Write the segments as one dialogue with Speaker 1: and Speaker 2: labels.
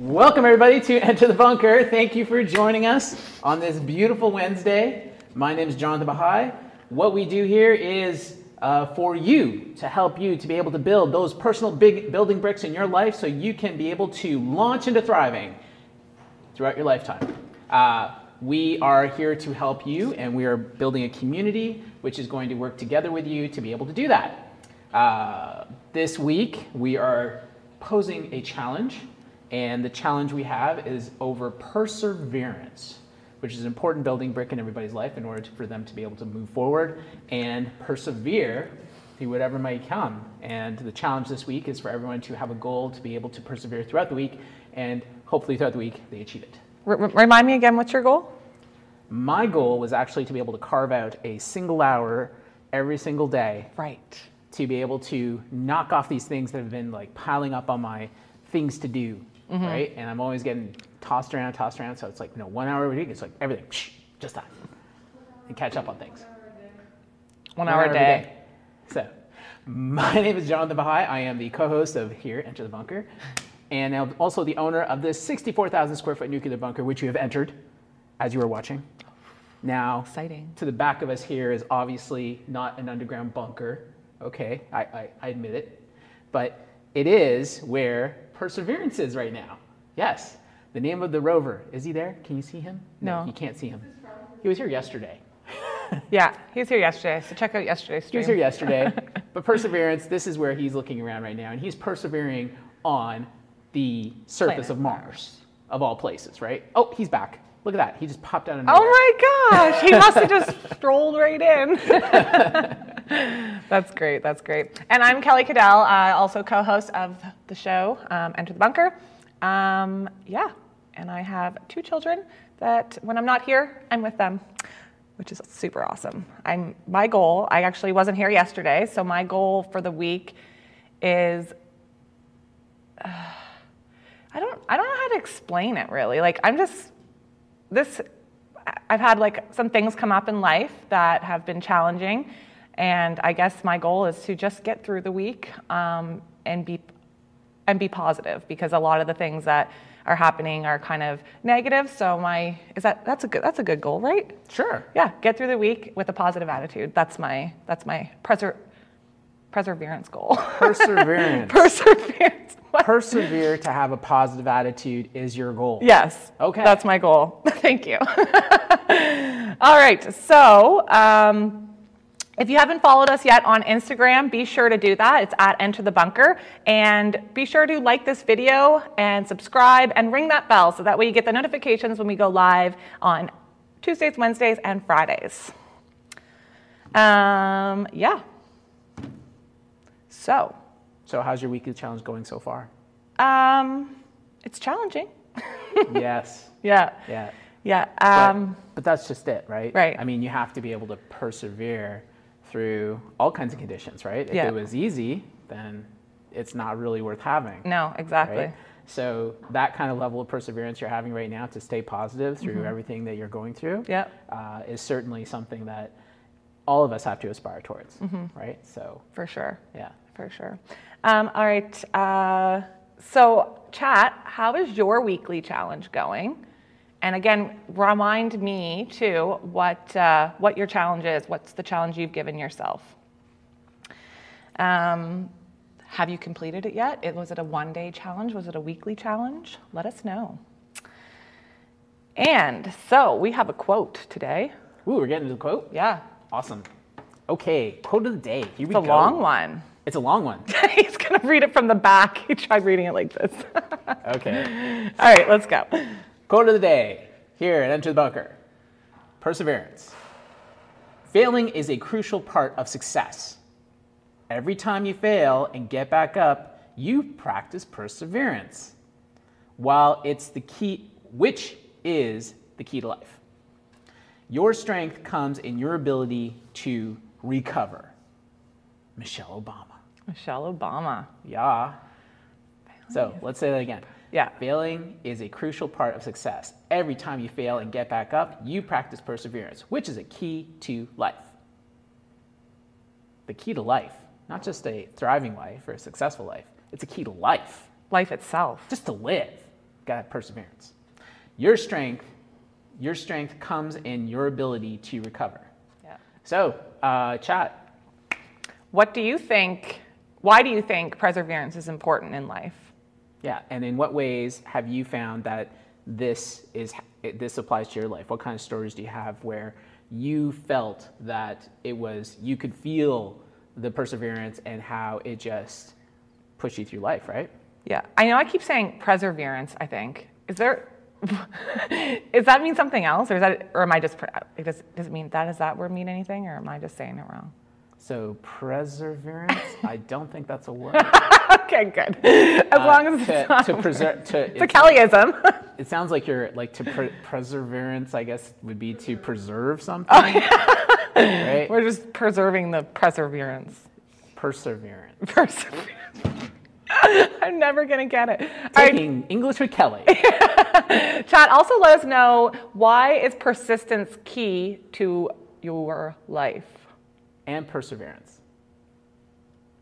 Speaker 1: Welcome, everybody, to Enter the Bunker. Thank you for joining us on this beautiful Wednesday. My name is Jonathan Bahai. What we do here is uh, for you to help you to be able to build those personal big building bricks in your life so you can be able to launch into thriving throughout your lifetime. Uh, we are here to help you, and we are building a community which is going to work together with you to be able to do that. Uh, this week, we are posing a challenge, and the challenge we have is over perseverance, which is an important building brick in everybody's life in order to- for them to be able to move forward and persevere through whatever may come. And the challenge this week is for everyone to have a goal to be able to persevere throughout the week, and hopefully, throughout the week, they achieve it.
Speaker 2: R- r- remind me again, what's your goal?
Speaker 1: My goal was actually to be able to carve out a single hour every single day
Speaker 2: Right.
Speaker 1: to be able to knock off these things that have been like piling up on my things to do,
Speaker 2: Mm-hmm.
Speaker 1: right? And I'm always getting tossed around, tossed around. So it's like, no, one hour a week, it's like everything, psh, just that, and catch up on things.
Speaker 2: One hour a
Speaker 1: every
Speaker 2: day.
Speaker 1: So, my name is Jonathan Bahai. I am the co host of Here, Enter the Bunker, and I'm also the owner of this 64,000 square foot nuclear bunker, which you have entered as you are watching. Now,
Speaker 2: Exciting.
Speaker 1: to the back of us here is obviously not an underground bunker. Okay, I, I, I admit it. But it is where Perseverance is right now. Yes. The name of the rover. Is he there? Can you see him?
Speaker 2: No.
Speaker 1: You can't see him. He was here yesterday.
Speaker 2: Yeah, he was here yesterday, so check out yesterday's
Speaker 1: He
Speaker 2: stream.
Speaker 1: was here yesterday. but Perseverance, this is where he's looking around right now. And he's persevering on the surface
Speaker 2: Planet
Speaker 1: of Mars, of all places, right? Oh, he's back. Look at that. He just popped out of nowhere.
Speaker 2: Oh my gosh, he must have just strolled right in. that's great, that's great. And I'm Kelly Cadell, uh, also co host of the show um, Enter the Bunker. Um, yeah, and I have two children that when I'm not here, I'm with them. Which is super awesome. I'm my goal. I actually wasn't here yesterday, so my goal for the week is uh, I don't I don't know how to explain it really. Like I'm just this I- I've had like some things come up in life that have been challenging and I guess my goal is to just get through the week um, and be and be positive because a lot of the things that are happening are kind of negative. So my is that that's a good that's a good goal, right?
Speaker 1: Sure.
Speaker 2: Yeah, get through the week with a positive attitude. That's my that's my preser, perseverance goal.
Speaker 1: Perseverance.
Speaker 2: perseverance. What?
Speaker 1: persevere to have a positive attitude is your goal.
Speaker 2: Yes.
Speaker 1: Okay.
Speaker 2: That's my goal. Thank you. All right. So, um, if you haven't followed us yet on Instagram, be sure to do that. It's at Enter the Bunker. And be sure to like this video and subscribe and ring that bell so that way you get the notifications when we go live on Tuesdays, Wednesdays, and Fridays. Um, yeah. So,
Speaker 1: So, how's your weekly challenge going so far?
Speaker 2: um, it's challenging.
Speaker 1: yes.
Speaker 2: Yeah.
Speaker 1: Yeah.
Speaker 2: Yeah.
Speaker 1: But,
Speaker 2: Um,
Speaker 1: but that's just it, right?
Speaker 2: Right.
Speaker 1: I mean, you have to be able to persevere through all kinds of conditions, right? If
Speaker 2: Yeah.
Speaker 1: it was easy, then it's not really worth having.
Speaker 2: No, exactly.
Speaker 1: Right? So, that kind of level of perseverance you're having right now to stay positive through
Speaker 2: Mm-hmm.
Speaker 1: everything that you're going through
Speaker 2: Yep.
Speaker 1: uh, is certainly something that all of us have to aspire towards,
Speaker 2: Mm-hmm.
Speaker 1: right? So,
Speaker 2: For sure.
Speaker 1: yeah.
Speaker 2: For sure. Um, all right. Uh, so, chat, how is your weekly challenge going? And again, remind me too what, uh, what your challenge is. What's the challenge you've given yourself? Um, have you completed it yet? It, was it a one day challenge? Was it a weekly challenge? Let us know. And so we have a quote today.
Speaker 1: Ooh, we're getting to the quote?
Speaker 2: Yeah,
Speaker 1: Awesome. Okay, quote of the day. Here we
Speaker 2: it's a
Speaker 1: go.
Speaker 2: long one.
Speaker 1: It's a long one.
Speaker 2: He's gonna read it from the back. He tried reading it like this.
Speaker 1: Okay.
Speaker 2: All right, let's go.
Speaker 1: quote of the day here at Enter the Bunker Perseverance. Failing is a crucial part of success. Every time you fail and get back up, you practice perseverance. While it's the key, which is the key to life. Your strength comes in your ability to recover. Michelle Obama.
Speaker 2: Michelle Obama.
Speaker 1: Yeah. So let's say that again.
Speaker 2: Yeah.
Speaker 1: Failing is a crucial part of success. Every time you fail and get back up, you practice perseverance, which is a key to life. The key to life, not just a thriving life or a successful life, it's a key to life,
Speaker 2: Life itself.
Speaker 1: just to live. Got to have perseverance. Your strength, your strength comes in your ability to recover.
Speaker 2: Yeah.
Speaker 1: So, uh, chat.
Speaker 2: What do you think? Why do you think perseverance is important in life?
Speaker 1: Yeah. And in what ways have you found that this is it- this applies to your life? What kind of stories do you have where you felt that it was you could feel the perseverance and how it just pushed you through life, right?
Speaker 2: Yeah, I know I keep saying perseverance. I think is there. Does that mean something else, or is that, or am I just? It does, does it mean that? Does that word mean anything, or am I just saying it wrong?
Speaker 1: So perseverance. I don't think that's a word.
Speaker 2: Okay, good. As long as it's
Speaker 1: Uh, to,
Speaker 2: not,
Speaker 1: to preserve. To,
Speaker 2: it's a
Speaker 1: it's-
Speaker 2: Kellyism.
Speaker 1: it sounds like you're like to pre- perseverance. I guess would be to preserve something, right?
Speaker 2: Oh, We're just preserving the perseverance.
Speaker 1: Perseverance.
Speaker 2: Perseverance. I'm never gonna get it. All right,
Speaker 1: Taking English with Kelly.
Speaker 2: chat. Also, let us know why is persistence key to your life.
Speaker 1: and perseverance.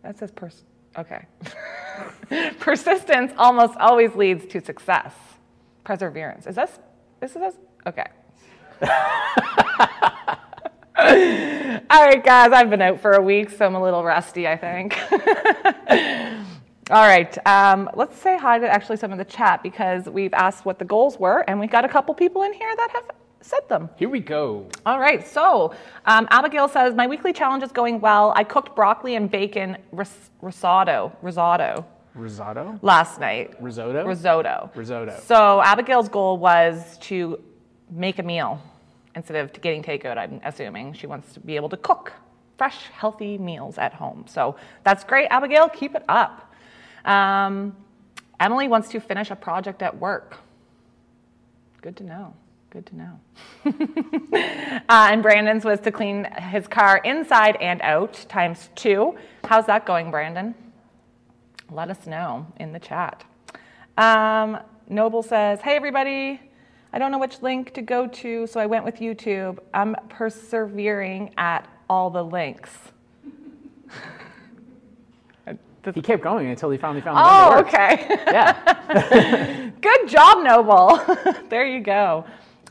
Speaker 2: That says pers. Okay. persistence almost always leads to success. Perseverance. Is this? This is this. Okay. All right, guys. I've been out for a week, so I'm a little rusty. I think. All right. Um, let's say hi to actually some of the chat because we've asked what the goals were, and we've got a couple people in here that have said them.
Speaker 1: Here we go.
Speaker 2: All right, so um, Abigail says my weekly challenge is going well. I cooked broccoli and bacon ris- risotto, risotto
Speaker 1: Risotto.
Speaker 2: last night.
Speaker 1: Risotto?
Speaker 2: Risotto.
Speaker 1: Risotto.
Speaker 2: So Abigail's goal was to make a meal instead of getting takeout. I'm assuming she wants to be able to cook fresh, healthy meals at home. So that's great, Abigail. Keep it up. Um, Emily wants to finish a project at work. Good to know. Good to know. Uh, and Brandon's was to clean his car inside and out times two. How's that going, Brandon? Let us know in the chat. Um, Noble says, Hey, everybody. I don't know which link to go to, so I went with YouTube. I'm persevering at all the links.
Speaker 1: He kept going until he finally found the one that
Speaker 2: Oh,
Speaker 1: worked.
Speaker 2: okay.
Speaker 1: Yeah.
Speaker 2: Good job, Noble. there you go.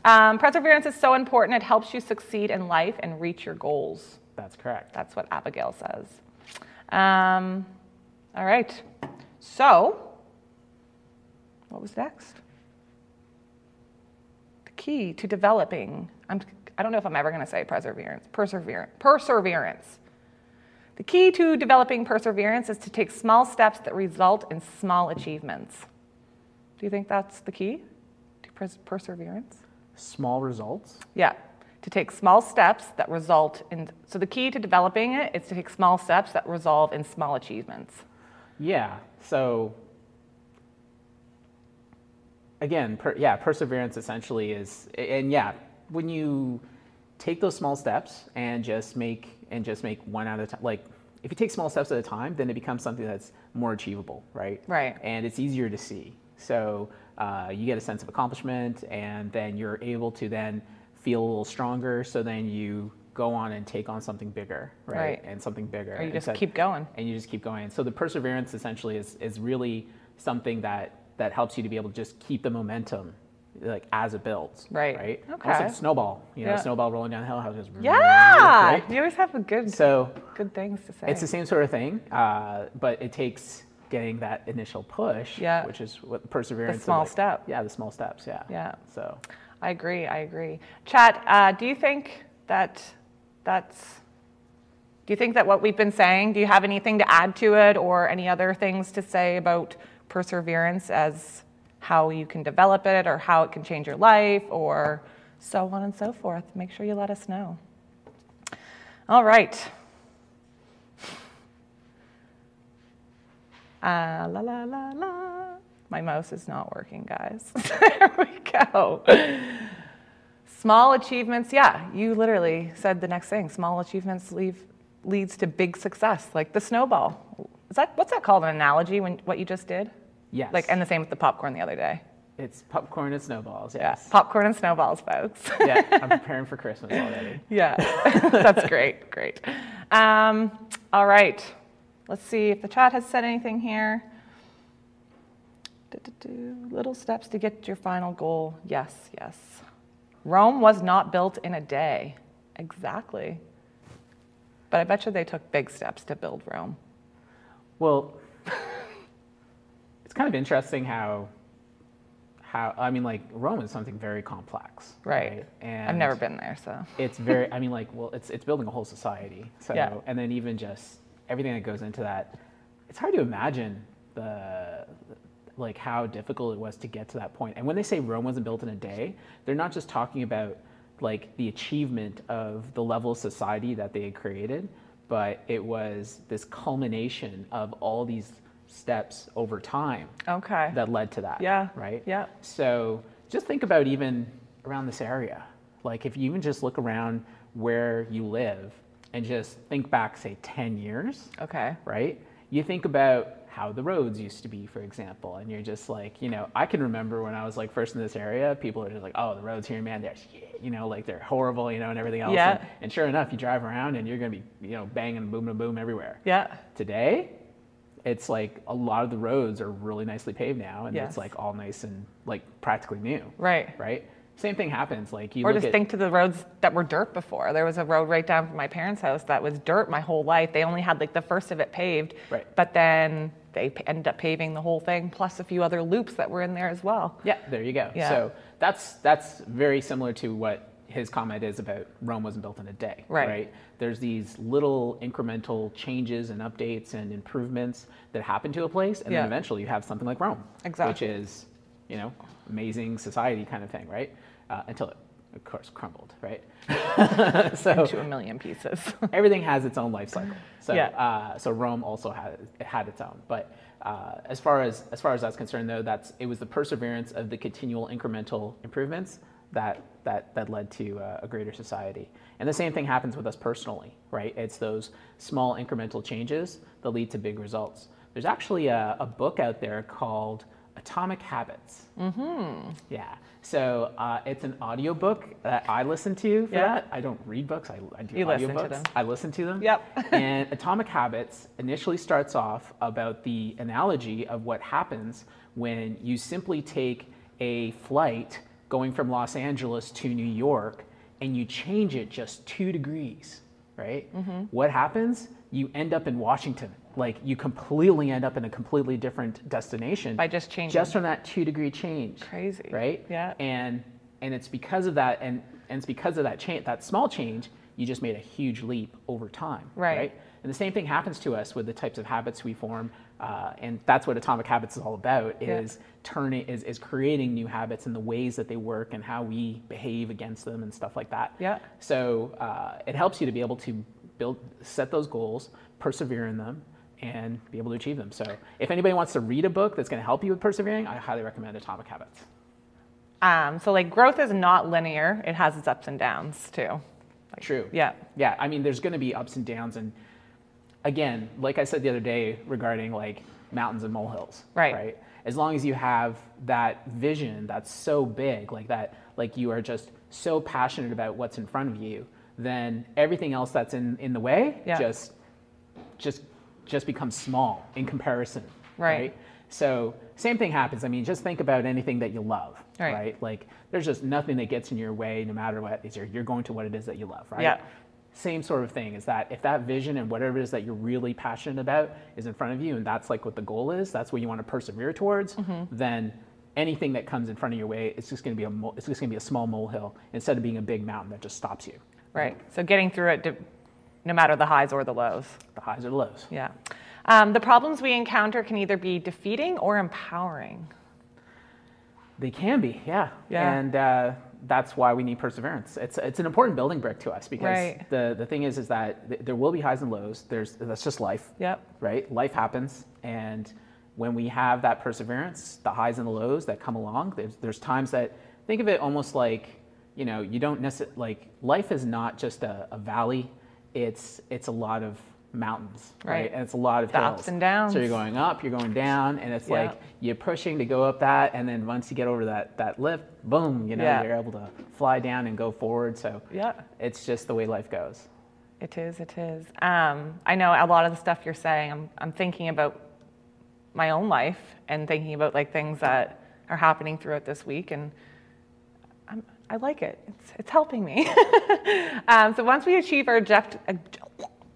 Speaker 2: Um, perseverance is so important. It helps you succeed in life and reach your goals.
Speaker 1: That's correct.
Speaker 2: That's what Abigail says. Um, all right. So, what was next? The key to developing. I'm, I don't know if I'm ever going to say perseverance. Perseverance. Perseverance. The key to developing perseverance is to take small steps that result in small achievements. Do you think that's the key to pers- perseverance?
Speaker 1: Small results.
Speaker 2: Yeah, to take small steps that result in. So the key to developing it is to take small steps that resolve in small achievements.
Speaker 1: Yeah. So again, per, yeah, perseverance essentially is, and yeah, when you take those small steps and just make and just make one at a time, like if you take small steps at a time, then it becomes something that's more achievable, right?
Speaker 2: Right.
Speaker 1: And it's easier to see. So uh, you get a sense of accomplishment, and then you're able to then feel a little stronger. So then you go on and take on something bigger, right?
Speaker 2: Right.
Speaker 1: And something bigger.
Speaker 2: Or you
Speaker 1: and
Speaker 2: just
Speaker 1: so-
Speaker 2: keep going.
Speaker 1: and you just keep going. So the perseverance essentially is is really something that that helps you to be able to just keep the momentum, like as it builds.
Speaker 2: Right.
Speaker 1: Right. Almost
Speaker 2: Okay.
Speaker 1: like snowball. You know,
Speaker 2: Yeah.
Speaker 1: snowball rolling down the hill. How it goes.
Speaker 2: Yeah,
Speaker 1: right?
Speaker 2: you always have a good
Speaker 1: So
Speaker 2: good things to say.
Speaker 1: it's the same sort of thing, uh, but it takes getting that initial push.
Speaker 2: Yeah.
Speaker 1: Which is what perseverance. is
Speaker 2: small
Speaker 1: like-
Speaker 2: step.
Speaker 1: Yeah, the small steps. Yeah.
Speaker 2: Yeah.
Speaker 1: So
Speaker 2: I agree. I agree. Chat. Uh, do you think that that's do you think that what we've been saying? Do you have anything to add to it, or any other things to say about perseverance as how you can develop it, or how it can change your life, or so on and so forth? Make sure you let us know. All right. Uh, la la la la. My mouse is not working, guys. there we go. Small achievements. Yeah, you literally said the next thing. Small achievements leave, leads to big success, like the snowball. Is that what's that called? An analogy when what you just did?
Speaker 1: yes.
Speaker 2: Like, and the same with the popcorn the other day.
Speaker 1: it's popcorn and snowballs.
Speaker 2: Yeah,
Speaker 1: Yes.
Speaker 2: popcorn and snowballs, folks.
Speaker 1: yeah. I'm preparing for Christmas already.
Speaker 2: Yeah, that's great, great. Um, all right, let's see if the chat has said anything here. Du-du-du. Little steps to get to your final goal. Yes, yes. Rome was not built in a day. Exactly. But I bet you they took big steps to build Rome.
Speaker 1: Well, it's kind of interesting how how I mean, like Rome is something very complex,
Speaker 2: Right.
Speaker 1: And
Speaker 2: I've never been there, so.
Speaker 1: It's very. I mean, like, well, it's it's building a whole society. So,
Speaker 2: Yeah.
Speaker 1: and then even just everything that goes into that, it's hard to imagine the like how difficult it was to get to that point. And when they say Rome wasn't built in a day, they're not just talking about like the achievement of the level of society that they had created, but it was this culmination of all these steps over time
Speaker 2: Okay.
Speaker 1: that led to that.
Speaker 2: Yeah,
Speaker 1: Right?
Speaker 2: yeah.
Speaker 1: So just think about even around this area. Like if you even just look around where you live and just think back, say, 10 years,
Speaker 2: Okay.
Speaker 1: right? You think about how the roads used to be, for example, and you're just like, you know, I can remember when I was like first in this area, people are just like, oh, the roads here, man, they're shit, you know, like they're horrible, you know, and everything else.
Speaker 2: Yeah.
Speaker 1: And, and sure enough, you drive around and you're going to be, you know, banging, boom, boom, boom everywhere
Speaker 2: Yeah.
Speaker 1: today it's like a lot of the roads are really nicely paved now and
Speaker 2: Yes.
Speaker 1: it's like all nice and like practically new
Speaker 2: Right.
Speaker 1: right same thing happens like you
Speaker 2: Or
Speaker 1: look
Speaker 2: just
Speaker 1: at,
Speaker 2: think to the roads that were dirt before. There was a road right down from my parents' house that was dirt my whole life. They only had like the first of it paved.
Speaker 1: Right.
Speaker 2: But then they p- ended up paving the whole thing, plus a few other loops that were in there as well.
Speaker 1: yeah there you go
Speaker 2: Yeah.
Speaker 1: so that's that's very similar to what his comment is about rome wasn't built in a day
Speaker 2: Right.
Speaker 1: there's these little incremental changes and updates and improvements that happen to a place and
Speaker 2: Yeah.
Speaker 1: then eventually you have something like rome which
Speaker 2: Exactly.
Speaker 1: is you know amazing society kind of thing right uh, until it of course crumbled right so
Speaker 2: To a million pieces.
Speaker 1: everything has its own life cycle. So,
Speaker 2: Yeah.
Speaker 1: uh, so Rome also had it had its own. But uh, as far as as far as that's concerned, though, that's it was the perseverance of the continual incremental improvements that that that led to uh, a greater society. And the same thing happens with us personally, right? It's those small incremental changes that lead to big results. There's actually a, a book out there called Atomic Habits.
Speaker 2: Mm-hmm.
Speaker 1: Yeah. So uh, it's an audiobook that I listen to for
Speaker 2: Yeah.
Speaker 1: that. I don't read books. I, I do
Speaker 2: You
Speaker 1: audiobooks.
Speaker 2: listen to them.
Speaker 1: I listen to them.
Speaker 2: Yep.
Speaker 1: and Atomic Habits initially starts off about the analogy of what happens when you simply take a flight going from Los Angeles to New York and you change it just two degrees, right?
Speaker 2: Mm-hmm.
Speaker 1: What happens? You end up in Washington. Like you completely end up in a completely different destination
Speaker 2: By just changing.
Speaker 1: Just from that two degree change.
Speaker 2: Crazy.
Speaker 1: Right?
Speaker 2: Yeah.
Speaker 1: And and it's because of that and, and it's because of that change that small change, you just made a huge leap over time.
Speaker 2: Right.
Speaker 1: And the same thing happens to us with the types of habits we form. Uh, and that's what atomic habits is all about
Speaker 2: Yeah.
Speaker 1: is turning is, is creating new habits and the ways that they work and how we behave against them and stuff like that.
Speaker 2: Yeah.
Speaker 1: So uh, it helps you to be able to build, set those goals, persevere in them, and be able to achieve them. So if anybody wants to read a book that's going to help you with persevering, I highly recommend Atomic Habits.
Speaker 2: um, so like growth is not linear. It has its ups and downs too. Like,
Speaker 1: True.
Speaker 2: Yeah.
Speaker 1: Yeah. I mean, there's going to be ups and downs, and again, like I said the other day regarding like mountains and molehills.
Speaker 2: Right.
Speaker 1: Right. As long as you have that vision that's so big, like that, like you are just so passionate about what's in front of you, then everything else that's in in the way
Speaker 2: Yeah.
Speaker 1: just just just becomes small in comparison.
Speaker 2: Right.
Speaker 1: So same thing happens. I mean, just think about anything that you love,
Speaker 2: Right.
Speaker 1: Like there's just nothing that gets in your way, no matter what. It's your- You're going to what it is that you love, right?
Speaker 2: Yeah.
Speaker 1: Same sort of thing is that if that vision and whatever it is that you're really passionate about is in front of you, and that's like what the goal is, that's what you want to persevere towards,
Speaker 2: Mm-hmm.
Speaker 1: then anything that comes in front of your way, it's just going to be a mo- it's just going to be a small molehill instead of being a big mountain that just stops you.
Speaker 2: Right. So getting through it, d- no matter the highs or the lows.
Speaker 1: The highs or the lows.
Speaker 2: Yeah. Um, the problems we encounter can either be defeating or empowering.
Speaker 1: They can be, yeah.
Speaker 2: Yeah.
Speaker 1: And uh, that's why we need perseverance. It's it's an important building brick to us because
Speaker 2: Right.
Speaker 1: the the thing is is that th- there will be highs and lows. There's that's just life.
Speaker 2: Yep.
Speaker 1: Right. Life happens, and when we have that perseverance, the highs and the lows that come along. There's there's times that think of it almost like you know you don't necessarily like life is not just a, a valley. It's it's a lot of mountains, right?
Speaker 2: Right.
Speaker 1: And it's a lot of
Speaker 2: The
Speaker 1: hills.
Speaker 2: ups and downs.
Speaker 1: So you're going up, you're going down, and it's
Speaker 2: Yeah.
Speaker 1: like you're pushing to go up that, and then once you get over that that lift, boom, you know,
Speaker 2: Yeah.
Speaker 1: you're able to fly down and go forward. So
Speaker 2: Yeah.
Speaker 1: it's just the way life goes.
Speaker 2: It is, it is. Um, I know a lot of the stuff you're saying, I'm, I'm thinking about my own life and thinking about like things that are happening throughout this week and I'm, I like it. It's, it's helping me. um, so once we achieve our object, obj-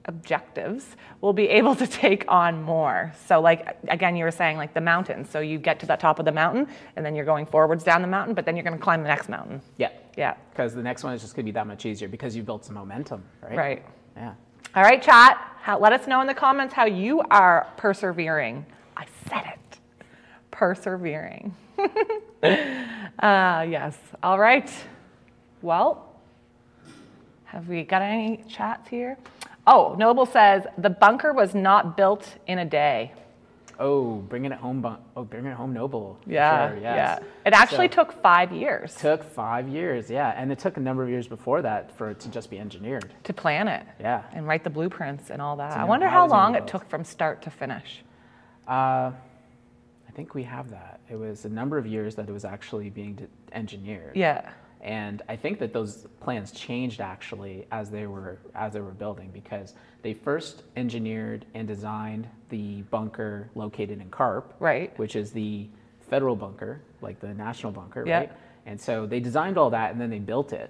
Speaker 2: objectives, we'll be able to take on more. So like again, you were saying like the mountains. So you get to the top of the mountain and then you're going forwards down the mountain, but then you're going to climb the next mountain.
Speaker 1: Yeah.
Speaker 2: Yeah.
Speaker 1: Because the next one is just going to be that much easier because you built some momentum, right?
Speaker 2: Right.
Speaker 1: Yeah.
Speaker 2: All right, chat. How, let us know in the comments how you are persevering. I said it. Persevering. uh, yes. All right. Well, have we got any chats here? Oh, Noble says the bunker was not built in a day.
Speaker 1: Oh, bringing it home. Bun- oh, bringing it home noble. for
Speaker 2: Yeah.
Speaker 1: sure,
Speaker 2: Yeah.
Speaker 1: yes.
Speaker 2: It actually
Speaker 1: So-
Speaker 2: took five years
Speaker 1: took five years. Yeah, and it took a number of years before that for it to just be engineered.
Speaker 2: to plan it
Speaker 1: Yeah.
Speaker 2: and write the blueprints and all that. I
Speaker 1: know
Speaker 2: wonder
Speaker 1: how
Speaker 2: how
Speaker 1: it's gonna
Speaker 2: long
Speaker 1: be
Speaker 2: it
Speaker 1: built.
Speaker 2: took from start to finish.
Speaker 1: Uh, I think we have that. It was a number of years that it was actually being d- engineered.
Speaker 2: Yeah.
Speaker 1: And I think that those plans changed actually as they were as they were building because they first engineered and designed the bunker located in Carp,
Speaker 2: Right.
Speaker 1: Which is the federal bunker, like the national bunker,
Speaker 2: Yeah.
Speaker 1: right? And so they designed all that and then they built it.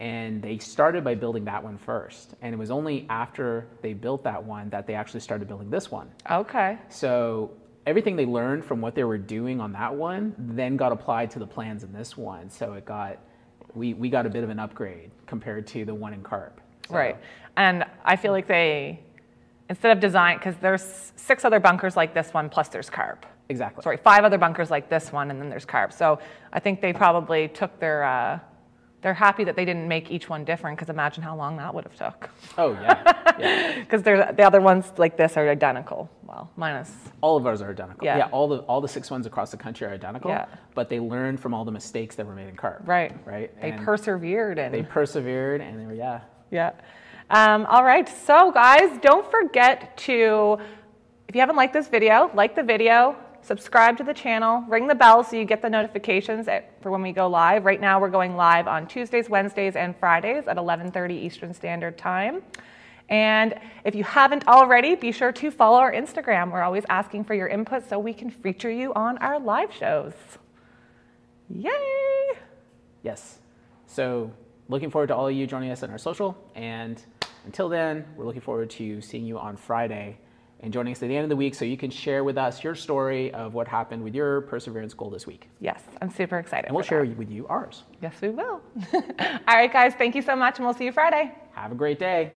Speaker 1: And they started by building that one first. And it was only after they built that one that they actually started building this one.
Speaker 2: Okay.
Speaker 1: So everything they learned from what they were doing on that one then got applied to the plans in this one. So it got we, we got a bit of an upgrade compared to the one in carp. So-
Speaker 2: Right. And I feel like they, instead of design, because there's six other bunkers like this one, plus there's carp.
Speaker 1: Exactly.
Speaker 2: Sorry, five other bunkers like this one, and then there's carp. So I think they probably took their, uh, they're happy that they didn't make each one different, because imagine how long that would have took.
Speaker 1: Oh yeah. yeah.
Speaker 2: Because the other ones like this are identical. Well, minus,
Speaker 1: All of ours are identical.
Speaker 2: Yeah.
Speaker 1: all the all the six ones across the country are identical.
Speaker 2: Yeah.
Speaker 1: But they learned from all the mistakes that were made in carp.
Speaker 2: right.
Speaker 1: Right.
Speaker 2: They
Speaker 1: And
Speaker 2: persevered and
Speaker 1: they persevered and they were yeah.
Speaker 2: Yeah. Um, all right. So, guys, don't forget to, if you haven't liked this video, like the video, subscribe to the channel, ring the bell so you get the notifications at, for when we go live. Right now, we're going live on Tuesdays, Wednesdays, and Fridays at 11:30 Eastern Standard Time. And if you haven't already, be sure to follow our Instagram. We're always asking for your input so we can feature you on our live shows. Yay!
Speaker 1: Yes. So looking forward to all of you joining us on our social. And until then, we're looking forward to seeing you on Friday and joining us at the end of the week so you can share with us your story of what happened with your perseverance goal this week.
Speaker 2: Yes, I'm super excited.
Speaker 1: And we'll
Speaker 2: for that.
Speaker 1: share with you ours.
Speaker 2: Yes, we will. All right, guys, thank you so much, and we'll see you Friday.
Speaker 1: Have a great day.